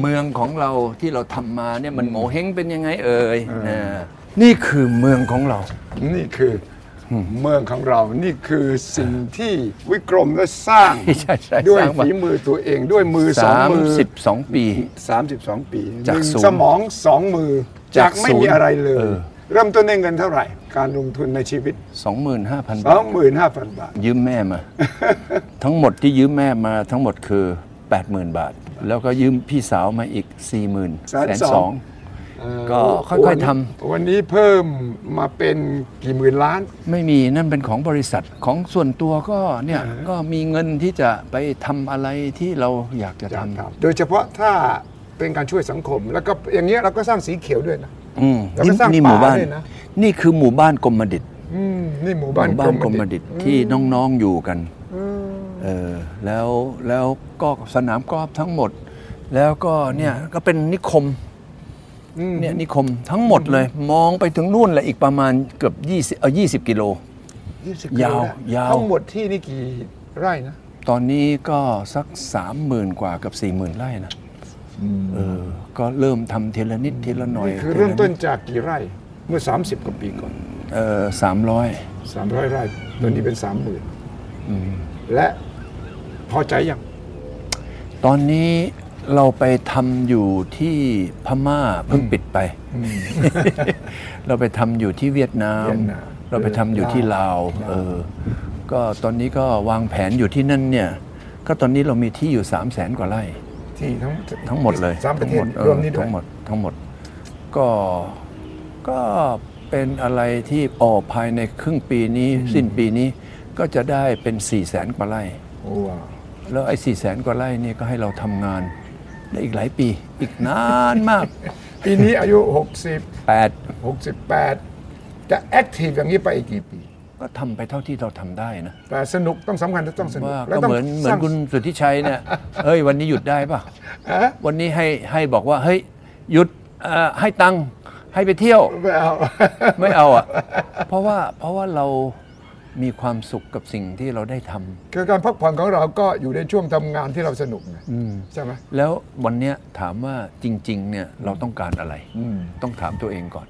[SPEAKER 2] เมืองของเราที่เราทำมาเนี่ยมันโงเฮงเป็นยังไงเอ่ยนะนี่คือเมืองของเรา
[SPEAKER 1] นี่คือเมืองของเรา นี่คือสิ่งที่วิกรมได้สร้าง
[SPEAKER 2] ใช่ใช่
[SPEAKER 1] ด้วย
[SPEAKER 2] สร้างมา
[SPEAKER 1] ฝีมือตัวเองด้วยมือสองมือ
[SPEAKER 2] 32 ปี
[SPEAKER 1] 32 ปี
[SPEAKER 2] จาก
[SPEAKER 1] หนึ่ง
[SPEAKER 2] ศูนย์
[SPEAKER 1] สมองสองมือ
[SPEAKER 2] จาก
[SPEAKER 1] จากไม่มี
[SPEAKER 2] ศูนย์
[SPEAKER 1] อะไรเลย
[SPEAKER 2] เออ
[SPEAKER 1] เริ่มต้นได้เงินเท่าไหร่ การลงทุนในชีวิต
[SPEAKER 2] 25,000 บาท
[SPEAKER 1] 25,000 บาท
[SPEAKER 2] ยืมแม่มา ทั้งหมดที่ยืมแม่มาทั้งหมดคือ 80,000 บาท แล้วก็ยืมพี่สาวมาอีก 40,000
[SPEAKER 1] แสนสอง
[SPEAKER 2] ก็ค่อยๆทำ
[SPEAKER 1] วันนี้เพิ่มมาเป็นกี่หมื่นล้าน
[SPEAKER 2] ไม่มีนั่นเป็นของบริษัทของส่วนตัวก็เนี่ยก็มีเงินที่จะไปทำอะไรที่เราอยากจะทำ
[SPEAKER 1] โดยเฉพาะถ้าเป็นการช่วยสังคม แล้วก็อย่างเงี้ยเราก็สร้างสีเขียวด้วยนะ
[SPEAKER 2] อืม
[SPEAKER 1] แล้วก็สร้าง
[SPEAKER 2] นี่หมู่บ้าน
[SPEAKER 1] ป่าด้วยนะ
[SPEAKER 2] นี่คือหมู่บ้านกรมดิต
[SPEAKER 1] อืมนี่หมู่
[SPEAKER 2] ห
[SPEAKER 1] บ้าน
[SPEAKER 2] มู่บ้านกรมดิตที่น้องๆอยู่กัน
[SPEAKER 1] อืม
[SPEAKER 2] เออแล้วแล้วก็สนามกอล์ฟทั้งหมด แล้วก็เนี่ยก็เป็นนิคม
[SPEAKER 1] อืม
[SPEAKER 2] เนี่ยนิคมทั้งหมดเลย มองไปถึงนู่นเลยอีกประมาณเกือบ20เออ20 กิโล
[SPEAKER 1] 20
[SPEAKER 2] ยาว
[SPEAKER 1] กิโลนะ
[SPEAKER 2] ยาว
[SPEAKER 1] ทั้งหมดที่นี่กี่ไร่นะ
[SPEAKER 2] ตอนนี้ก็สัก 30,000 กว่าเกับ 40,000 ไร่นะ เออ ก็เริ่มทำทีละนิดทีละหน่อย
[SPEAKER 1] นี่คือเริ่มต้นจากกี่ไร่เมื่อ 30 กว่าปีก่อน
[SPEAKER 2] เออสามร้อย
[SPEAKER 1] 300 ไร่ตอนนี้เป็น 30,000และพอใจยัง
[SPEAKER 2] ตอนนี้เราไปทำอยู่ที่พม่าเพิ่งปิดไป เราไปทำอยู่ที่เวียดนาม
[SPEAKER 1] เวียดนาม
[SPEAKER 2] เราไปทำอยู่ที่ลาว เออ ก็ตอนนี้ก็วางแผนอยู่ที่นั่นเนี่ย ก็ตอนนี้เรามีที่อยู่3 0 0แสนกว่าไร่
[SPEAKER 1] ที่ทั้ง
[SPEAKER 2] ทั้งหมดเลย
[SPEAKER 1] สามประ
[SPEAKER 2] ทั้ง
[SPEAKER 1] เท
[SPEAKER 2] ห
[SPEAKER 1] ศ
[SPEAKER 2] มดเออ
[SPEAKER 1] รวมนี้ด้วย
[SPEAKER 2] ทั้งหมดทั้งหมด ก็ก็เป็นอะไรที่ออกภายในครึ่งปีนี้ สิ้นปีนี้ก็จะได้เป็น4ี่แสนกว่าไร่
[SPEAKER 1] โอ้ว้าว
[SPEAKER 2] แล้วไอ้สี่แสนกว่าไร่เนี่ยก็ให้เราทำงาน ได้อีกหลายปี อีกนานมาก [LAUGHS]
[SPEAKER 1] ปีนี้อายุ
[SPEAKER 2] 8
[SPEAKER 1] 60 68 จะแอคทีฟอย่างนี้ไปอีกกี่ปี
[SPEAKER 2] ก็ทำไปเท่าที่เราทำได้นะ
[SPEAKER 1] แต่สนุกต้องสำคัญต้องสนุก
[SPEAKER 2] ว่า
[SPEAKER 1] และ
[SPEAKER 2] ก็
[SPEAKER 1] ต้ง
[SPEAKER 2] เหมือนเหมือ
[SPEAKER 1] ส
[SPEAKER 2] น
[SPEAKER 1] ร้าง
[SPEAKER 2] คุณสุทธิชัย
[SPEAKER 1] [LAUGHS]
[SPEAKER 2] เนี่ย เฮ้ย วันนี้หยุดได้ป่ะ
[SPEAKER 1] ฮะ
[SPEAKER 2] วันนี้ให้ให้บอกว่า เฮ้ย หยุดเอ่อให้ตังค์ให้ไปเที่ยว
[SPEAKER 1] ไม่เอา [LAUGHS]
[SPEAKER 2] ไม่เอาอ่ะ เพราะว่าเพราะว่าเรามีความสุขกับสิ่งที่เราได้ทำ
[SPEAKER 1] คือการพักผ่อนของเราก็อยู่ในช่วงทำงานที่เราสนุกไงใช่ไหม
[SPEAKER 2] แล้ววันเนี้ยถามว่าจริง ๆ เนี่ยเราต้องการอะไร ต้องถามตัวเองก่อน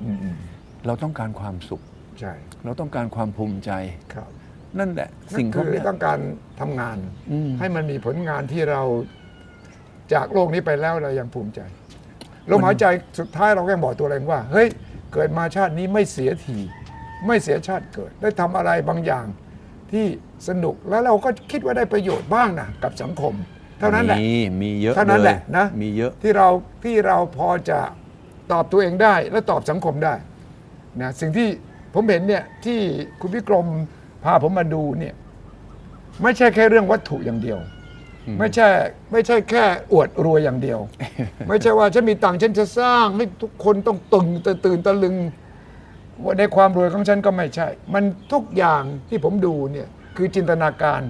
[SPEAKER 2] เราต้องการความสุข
[SPEAKER 1] ใช่
[SPEAKER 2] เราต้องการความภูมิใจ
[SPEAKER 1] ครับ
[SPEAKER 2] นั่นแหละ สิ่งพ
[SPEAKER 1] ก็
[SPEAKER 2] ว
[SPEAKER 1] คื
[SPEAKER 2] ก
[SPEAKER 1] อ
[SPEAKER 2] เนี้ย
[SPEAKER 1] ต้องการทำงาน
[SPEAKER 2] อืม
[SPEAKER 1] ให้มันมีผลงานที่เราจากโลกนี้ไปแล้วเรายังภูมิใจลมหายใจสุดท้ายเราก็ยังบอกตัวเองว่า เฮ้ย เกิดมาชาตินี้ไม่เสียที ไม่เสียชาติเกิด ได้ทำอะไรบางอย่างที่สนุกแล้วเราก็คิดว่าได้ประโยชน์บ้างนะกับสังคม เท่านั้นแหละ
[SPEAKER 2] มีมีเยอะ
[SPEAKER 1] เท่านั้น
[SPEAKER 2] ย
[SPEAKER 1] แหละนะ
[SPEAKER 2] มีเยอะ
[SPEAKER 1] ที่เราที่เราพอจะตอบตัวเองได้และตอบสังคมได้นะสิ่งที่ผมเห็นเนี่ยที่คุณพิกรมพาผมมาดูเนี่ยไม่ใช่แค่เรื่องวัตถุอย่างเดียว ไม่ใช่ไม่ใช่แค่อวดรวยอย่าง
[SPEAKER 2] [LAUGHS]
[SPEAKER 1] เดียว ไม่ใช่ว่าฉันมีตังค์ฉันจะสร้างให้ทุกคนต้องตึงตื่นตะลึง ว่าในความรวยของฉันก็ไม่ใช่ มันทุกอย่างที่ผมดูเนี่ยคือจินตนาการ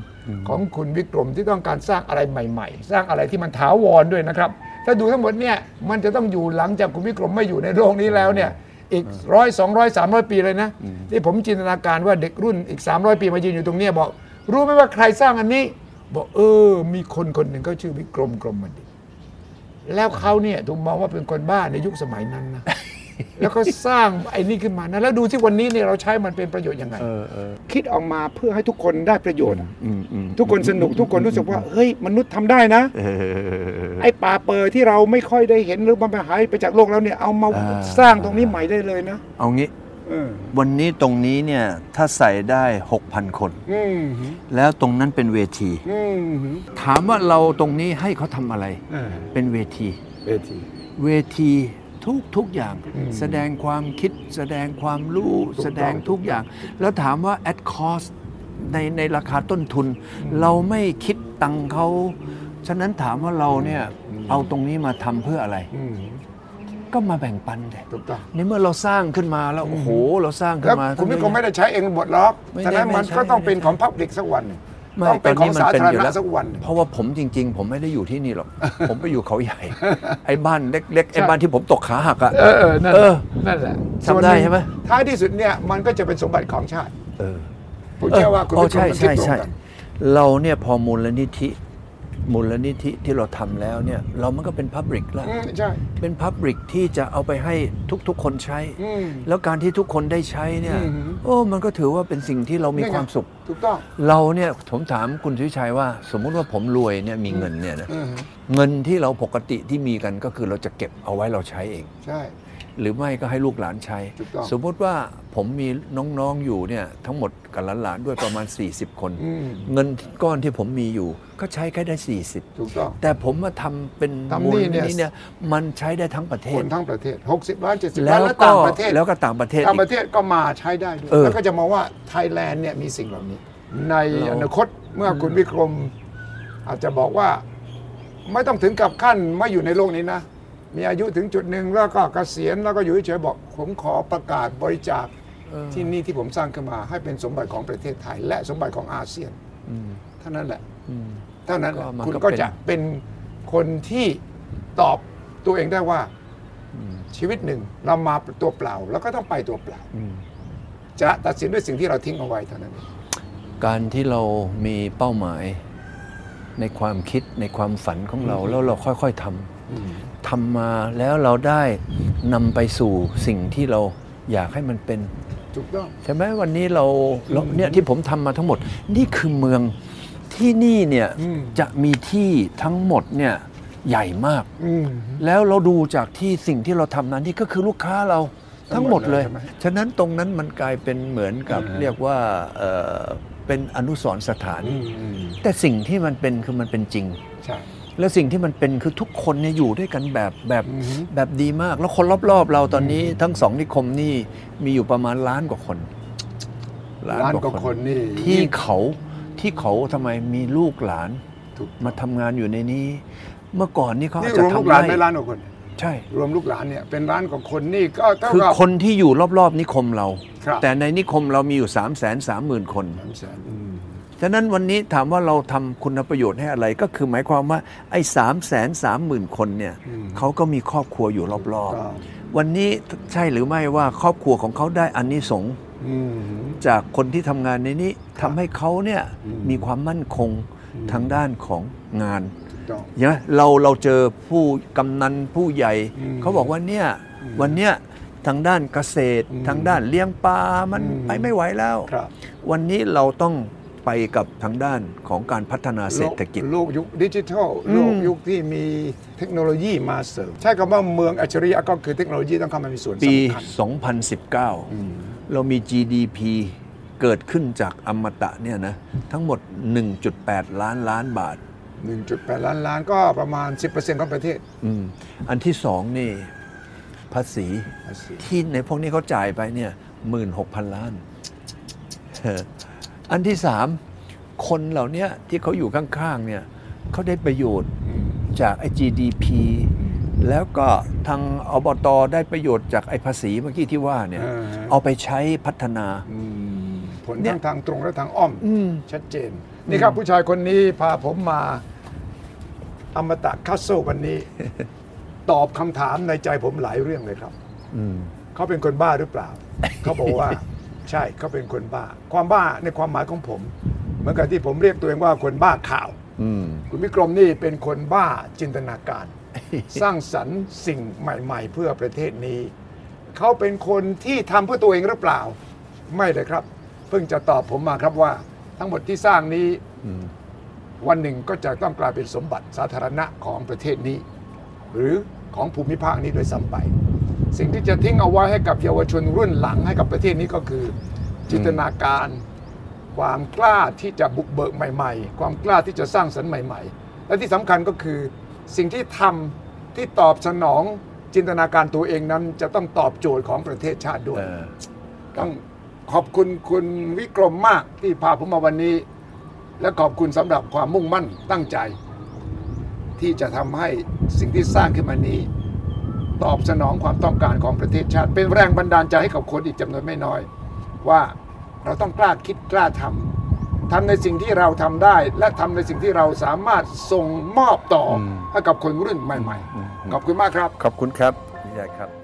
[SPEAKER 1] ของคุณวิกรมที่ต้องการสร้างอะไรใหม่ ๆ สร้างอะไรที่มันถาวรด้วยนะครับ ถ้าดูทั้งหมดเนี่ยมันจะต้องอยู่หลังจากคุณวิกรมไม่อยู่ในโลกนี้แล้วเนี่ยอีกร้อยสองร้อยสามร้อยปีเลยนะ ที่ผมจินตนาการว่าเด็กรุ่นอีก 300 ปีมายืนอยู่ตรงเนี้ยบอก รู้ไหมว่าใครสร้างอันนี้ บอกเออ มีคนคนหนึ่งเขาชื่อวิกรมกรมมันดิต แล้วเขาเนี่ยถูกมองว่าเป็นคนบ้าในยุคสมัยนั้นนะ แล้วก็สร้างไอ้นี่ขึ้นมานะ แล้วดูที่วันนี้เนี่ยเราใช้มันเป็นประโยชน์ยังไงคิดออกมาเพื่อให้ทุกคนได้ประโยชน์อะทุกคนสนุกทุกคนรู้สึกว่า เฮ้ย มนุษย์ทำได้นะ ไอ้ป่าเปิดที่เราไม่ค่อยได้เห็นหรือมันไปหายไปจากโลกแล้วเนี่ยเอามา
[SPEAKER 2] อ่า
[SPEAKER 1] สร้างตรงนี้ใหม่ได้เลยนะ
[SPEAKER 2] เอางี้
[SPEAKER 1] เออ
[SPEAKER 2] วันนี้ตรงนี้เนี่ย ถ้าใส่ได้ 6,000 คน
[SPEAKER 1] อืม
[SPEAKER 2] แล้วตรงนั้นเป็นเวที
[SPEAKER 1] อืม
[SPEAKER 2] ถามว่าเราตรงนี้ให้เขาทำอะไร
[SPEAKER 1] อ่า
[SPEAKER 2] เป็นเวที
[SPEAKER 1] เวที
[SPEAKER 2] เวทีทุกทุกอย่าง
[SPEAKER 1] อืม
[SPEAKER 2] แสดงความคิด แสดงความรู้
[SPEAKER 1] ถูกต้อง
[SPEAKER 2] แสดงทุกอย่าง แล้วถามว่า at cost ในในราคาต้นทุน เราไม่คิดตังค์เขา ฉะนั้นถามว่าเราเนี่ย
[SPEAKER 1] อืม
[SPEAKER 2] เอาตรงนี้มาทำเพื่ออะไร
[SPEAKER 1] อืม
[SPEAKER 2] ก็มาแบ่งปันเลย
[SPEAKER 1] ถูกต้อง
[SPEAKER 2] ในเมื่อเราสร้างขึ้นมาแล้ว โอ้โห เราสร้างขึ้
[SPEAKER 1] แล้ว
[SPEAKER 2] นมา
[SPEAKER 1] คุณพิกรมไม่ได้ใช้เองหมดหรอก
[SPEAKER 2] ไม่ได้
[SPEAKER 1] ฉะนั้นมัน
[SPEAKER 2] ไม่ใช้
[SPEAKER 1] ก็ต้องเป็น
[SPEAKER 2] ไม่ได้
[SPEAKER 1] ของพับลิกสักวันหนึ่ง
[SPEAKER 2] ไม่
[SPEAKER 1] ต้องเป็น
[SPEAKER 2] ต
[SPEAKER 1] ของสาธาร
[SPEAKER 2] อยู่
[SPEAKER 1] ณะ
[SPEAKER 2] แล้ว
[SPEAKER 1] สักวันหนึ่ง
[SPEAKER 2] เพราะว่าผมจริง ๆ ผมไม่ได้อยู่ที่
[SPEAKER 1] [LAUGHS]
[SPEAKER 2] นี่หรอก ผมไปอยู่เขาใหญ่ ไอ้บ้านเล็กๆไอ้บ้านที่ผมตกขาหักอ่ะ
[SPEAKER 1] เออเออนั่น
[SPEAKER 2] เออ
[SPEAKER 1] นั่นแหละ
[SPEAKER 2] จำได้ใช่ไหม
[SPEAKER 1] ส่วนนึ่งท้ายที่สุดเนี่ยมันก็จะเป็นสมบัติของชาติ
[SPEAKER 2] เออ
[SPEAKER 1] ผมเชื่อว่าคุณ
[SPEAKER 2] เออ
[SPEAKER 1] ผู้ชมมัน
[SPEAKER 2] ใช่
[SPEAKER 1] คิดตรง
[SPEAKER 2] ใช่ใช่
[SPEAKER 1] กัน
[SPEAKER 2] เราเนี่ยพอมูลนิธิมูลนิธิที่เราทำแล้วเนี่ย เรามันก็เป็นพับริกแล้ว
[SPEAKER 1] อืมใช่
[SPEAKER 2] เป็นพับริกที่จะเอาไปให้ทุกๆคนใช้
[SPEAKER 1] อืม
[SPEAKER 2] แล้วการที่ทุกคนได้ใช้เนี่ย
[SPEAKER 1] อืม
[SPEAKER 2] โอ้มันก็ถือว่าเป็นสิ่งที่เรามีความสุข
[SPEAKER 1] ถูกต้อง
[SPEAKER 2] เราเนี่ยผมถามคุณสุวิชัยว่า สมมุติว่าผมรวยเนี่ยมีเงินเนี่ยนะ
[SPEAKER 1] อืม
[SPEAKER 2] เงินที่เราปกติที่มีกันก็คือเราจะเก็บเอาไว้เราใช้เอง
[SPEAKER 1] ใช่
[SPEAKER 2] หรือไม่ก็ให้ลูกหลานใช้
[SPEAKER 1] ถูกต้อง
[SPEAKER 2] สมมติว่าผมมีน้องๆอยู่เนี่ยทั้งหมดกับหลานๆด้วยประมาณ 40 คน
[SPEAKER 1] อืม
[SPEAKER 2] เงินก้อนที่ผมมีอยู่ก็ใช้แค่ได้ 40
[SPEAKER 1] ถูกต้อง
[SPEAKER 2] แต่ผมมาทำเป็น
[SPEAKER 1] ทำนี่
[SPEAKER 2] มูลนิ
[SPEAKER 1] เนี่ย
[SPEAKER 2] ธิเนี่ยมันใช้ได้ทั้งประเท
[SPEAKER 1] ค
[SPEAKER 2] ศ
[SPEAKER 1] นทั้งประเทศ 60ล้าน70
[SPEAKER 2] แล้
[SPEAKER 1] ล้าน
[SPEAKER 2] ว
[SPEAKER 1] และ
[SPEAKER 2] ก็
[SPEAKER 1] ต่างประเทศ
[SPEAKER 2] แล้วก็ต่างประเทศ
[SPEAKER 1] ต่าง
[SPEAKER 2] อีก
[SPEAKER 1] ประเทศก็มาใช้ได้ด้วย
[SPEAKER 2] เออ
[SPEAKER 1] แล้วก็จะมองว่าไทยแลนด์เนี่ยมีสิ่งเหล่านี้ ใน
[SPEAKER 2] เรา
[SPEAKER 1] อนาคตเมื่อคุณวิกรม อาจจะบอกว่า ไม่ต้องถึงกับขั้นไม่อยู่ในโลกนี้นะ มีอายุถึงจุดหนึ่งแล้วก็เกษียณแล้วก็อยู่เฉยๆบอก ผมขอประกาศบริจาค
[SPEAKER 2] เออ
[SPEAKER 1] ที่นี่ที่ผมสร้างขึ้นมาให้เป็นสมบัติของประเทศไทย และสมบัติของอาเซียน
[SPEAKER 2] อืม
[SPEAKER 1] เท่านั้นแหละ
[SPEAKER 2] อืม
[SPEAKER 1] เท่านั้นแหละ
[SPEAKER 2] ก็มันก็
[SPEAKER 1] คุณก็
[SPEAKER 2] เป็น
[SPEAKER 1] จะเป็นคนที่ตอบตัวเองได้ว่าชีวิตหนึ่งเรามาตัวเปล่า แล้วก็ต้องไปตัวเปล่า
[SPEAKER 2] อืม
[SPEAKER 1] จะตัดสินด้วยสิ่งที่เราทิ้งเอาไว้เท่านั้น
[SPEAKER 2] การที่เรามีเป้าหมายในความคิดในความฝันของเราแล้วเราค่อยๆท
[SPEAKER 1] อืม
[SPEAKER 2] ำทำมาแล้วเราได้นำไปสู่สิ่งที่เราอยากให้มันเป็น
[SPEAKER 1] ถูกต้อง
[SPEAKER 2] ใช่ไหมวันนี้เราเราเนี่ยที่ผมทำมาทั้งหมด นี่คือเมืองที่นี่เนี่ย
[SPEAKER 1] อืม
[SPEAKER 2] จะมีที่ทั้งหมดเนี่ยใหญ่มาก
[SPEAKER 1] อืม
[SPEAKER 2] แล้วเราดูจากที่สิ่งที่เราทำนั้นนี่ก็คือลูกค้าเรา
[SPEAKER 1] ทั้
[SPEAKER 2] ทั้
[SPEAKER 1] ง
[SPEAKER 2] ง
[SPEAKER 1] ห
[SPEAKER 2] ห
[SPEAKER 1] ม
[SPEAKER 2] ม
[SPEAKER 1] ด
[SPEAKER 2] ด
[SPEAKER 1] เล
[SPEAKER 2] เลย ย
[SPEAKER 1] ใช่ไหม
[SPEAKER 2] ฉะนั้นตรงนั้นมันกลายเป็นเหมือนกับ
[SPEAKER 1] อ่าฮะ
[SPEAKER 2] เรียกว่าเอ่อเป็นอนุสรณ์สถาน
[SPEAKER 1] อืมอืม
[SPEAKER 2] แต่สิ่งที่มันเป็นคือมันเป็นจริง
[SPEAKER 1] ใช่
[SPEAKER 2] แล้วสิ่งที่มันเป็นคือทุกคนเนี่ยอยู่ด้วยกันแบบแบบ
[SPEAKER 1] อืม
[SPEAKER 2] แบบดีมาก แล้วคนรอบๆ เราตอนนี้ทั้งสองนิคมนี่มีอยู่ประมาณล้านกว่าคน
[SPEAKER 1] ล้านกว่าคนนี่
[SPEAKER 2] ที่เขาที่เขาทำไมมีลูกหลาน
[SPEAKER 1] ถูก
[SPEAKER 2] มาทำงานอยู่ในนี้ เมื่อก่อนนี่เขาอา
[SPEAKER 1] นี่
[SPEAKER 2] จจะ
[SPEAKER 1] รวมลูก
[SPEAKER 2] ทำ
[SPEAKER 1] หลาน
[SPEAKER 2] ไร่
[SPEAKER 1] ไม่ล้านกว่าคน
[SPEAKER 2] ใช่
[SPEAKER 1] รวมลูกหลานเนี่ยเป็นล้านกว่าคนนี่ก็เท่า
[SPEAKER 2] คือ
[SPEAKER 1] กับ
[SPEAKER 2] คนที่อยู่รอบๆ นิคมเรา
[SPEAKER 1] ครับ
[SPEAKER 2] แต่ในนิคมเรามีอยู่ 3 3 0 0 0 0 คน
[SPEAKER 1] สามแสนอืม
[SPEAKER 2] ฉะนั้นวันนี้ถามว่าเราทำคุณประโยชน์ให้อะไรก็คือหมายความว่าไอ้สามแสนสามหมื่นคนเนี่ย
[SPEAKER 1] อืม
[SPEAKER 2] เขาก็มีครอบครัวอยู่รอบ
[SPEAKER 1] ก็
[SPEAKER 2] ๆ วันนี้ใช่หรือไม่ว่าครอบครัวของเขาได้อันนี้สงส์
[SPEAKER 1] อืม
[SPEAKER 2] จากคนที่ทำงานในนี้
[SPEAKER 1] ครั
[SPEAKER 2] ทำ
[SPEAKER 1] บ
[SPEAKER 2] ให้เขาเนี่ย
[SPEAKER 1] อืม
[SPEAKER 2] มีความมั่นคง
[SPEAKER 1] อืม
[SPEAKER 2] ทางด้านของงาน
[SPEAKER 1] ถูกต้อง
[SPEAKER 2] ใช่ไหมเราเราเจอผู้กำนันผู้ใหญ่
[SPEAKER 1] อืม
[SPEAKER 2] เขาบอกว่าเนี่ย
[SPEAKER 1] อืม
[SPEAKER 2] วันเนี้ยทางด้านเกษตร
[SPEAKER 1] อืม
[SPEAKER 2] ทางด้านเลี้ยงปลามัน
[SPEAKER 1] อืม
[SPEAKER 2] ไปไม่ไหวแล้ว
[SPEAKER 1] ครับ
[SPEAKER 2] วันนี้เราต้องไปกับทางด้านของการพัฒนาเศรษฐกิจ
[SPEAKER 1] โลกยุคดิจิทัลโลกยุคที่มีเทคโนโลยีมาเสริม ใช่คำว่าเมืองอัจฉริยะก็คือเทคโนโลยีต้องเข้ามามีส่วน
[SPEAKER 2] ปี
[SPEAKER 1] สำคัญอื
[SPEAKER 2] 2019
[SPEAKER 1] ม
[SPEAKER 2] เรามี GDP เกิดขึ้นจากอมตะเนี่ยนะทั้งหมด 1.8 ล้านล้านบาท
[SPEAKER 1] 1.8 ล้านล้านก็ประมาณ 10%ของประเทศ
[SPEAKER 2] อืมอันที่สองนี่ภาษี
[SPEAKER 1] ภาษี
[SPEAKER 2] ที่ในพวกนี้เขาจ่ายไปเนี่ย16,000 ล้าน [LAUGHS] เอออันที่สามคนเหล่าเนี้ยที่เขาอยู่ข้างๆเนี่ยเขาได้ประโยชน์
[SPEAKER 1] อืม
[SPEAKER 2] จากไอ้ GDP แล้วก็ทางอบตได้ประโยชน์จากไอ้ภาษีเมื่อกี้ที่ว่าเนี่ย
[SPEAKER 1] อ่า
[SPEAKER 2] เอาไปใช้พัฒนา
[SPEAKER 1] อืมผล
[SPEAKER 2] เนี่
[SPEAKER 1] ทั้
[SPEAKER 2] ย
[SPEAKER 1] งทางตรงและทางอ้อม
[SPEAKER 2] อืม
[SPEAKER 1] ชัดเจน นี่ครับผู้ชายคนนี้พาผมมาอมตะคัสโซวัน
[SPEAKER 2] [LAUGHS]
[SPEAKER 1] นี้ ตอบคำถามในใจผมหลายเรื่องเลยครับ
[SPEAKER 2] อืม
[SPEAKER 1] เขาเป็นคนบ้าหรือเปล่า เขาบอกว่า ใช่เขาเป็นคนบ้า ความบ้าในความหมายของผม เหมือนกับที่ผมเรียกตัวเองว่าคนบ้าข่าว
[SPEAKER 2] อืม
[SPEAKER 1] คุณวิกรมนี่เป็นคนบ้าจินตนาการ สร้างสรรค์สิ่งใหม่ ๆ เพื่อประเทศนี้ เขาเป็นคนที่ทำเพื่อตัวเองหรือเปล่า ไม่เลยครับ เพิ่งจะตอบผมมาครับว่า ทั้งหมดที่สร้างนี้
[SPEAKER 2] อืม
[SPEAKER 1] วันหนึ่งก็จะต้องกลายเป็นสมบัติสาธารณะของประเทศนี้ หรือของภูมิภาคนี้โดยซ้ำไป สิ่งที่จะทิ้งเอาไว้ให้กับเยาวชนรุ่นหลังให้กับประเทศนี้ก็คือ จินตนาการ ความกล้าที่จะบุกเบิกใหม่ ๆ ความกล้าที่จะสร้างสรรค์ใหม่ ๆ และที่สำคัญก็คือ สิ่งที่ทำที่ตอบสนองจินตนาการตัวเองนั้นจะต้องตอบโจทย์ของประเทศชาติด้วย
[SPEAKER 2] เออ
[SPEAKER 1] ต้องขอบคุณคุณวิกรมมากที่พาผมมาวันนี้ และขอบคุณสำหรับความมุ่งมั่นตั้งใจ ที่จะทำให้สิ่งที่สร้างขึ้นมานี้ ตอบสนองความต้องการของประเทศชาติ เป็นแรงบันดาลใจให้กับคนอีกจำนวนไม่น้อย ว่าเราต้องกล้าคิดกล้าทำ ทำในสิ่งที่เราทำได้ และทำในสิ่งที่เราสามารถส่งมอบต่ออ
[SPEAKER 2] ม
[SPEAKER 1] ให้กับคนรุ่นใหม่ ๆ ขอบคุณมากครับ
[SPEAKER 2] ขอบคุณครับพี่ใหญ่ครับ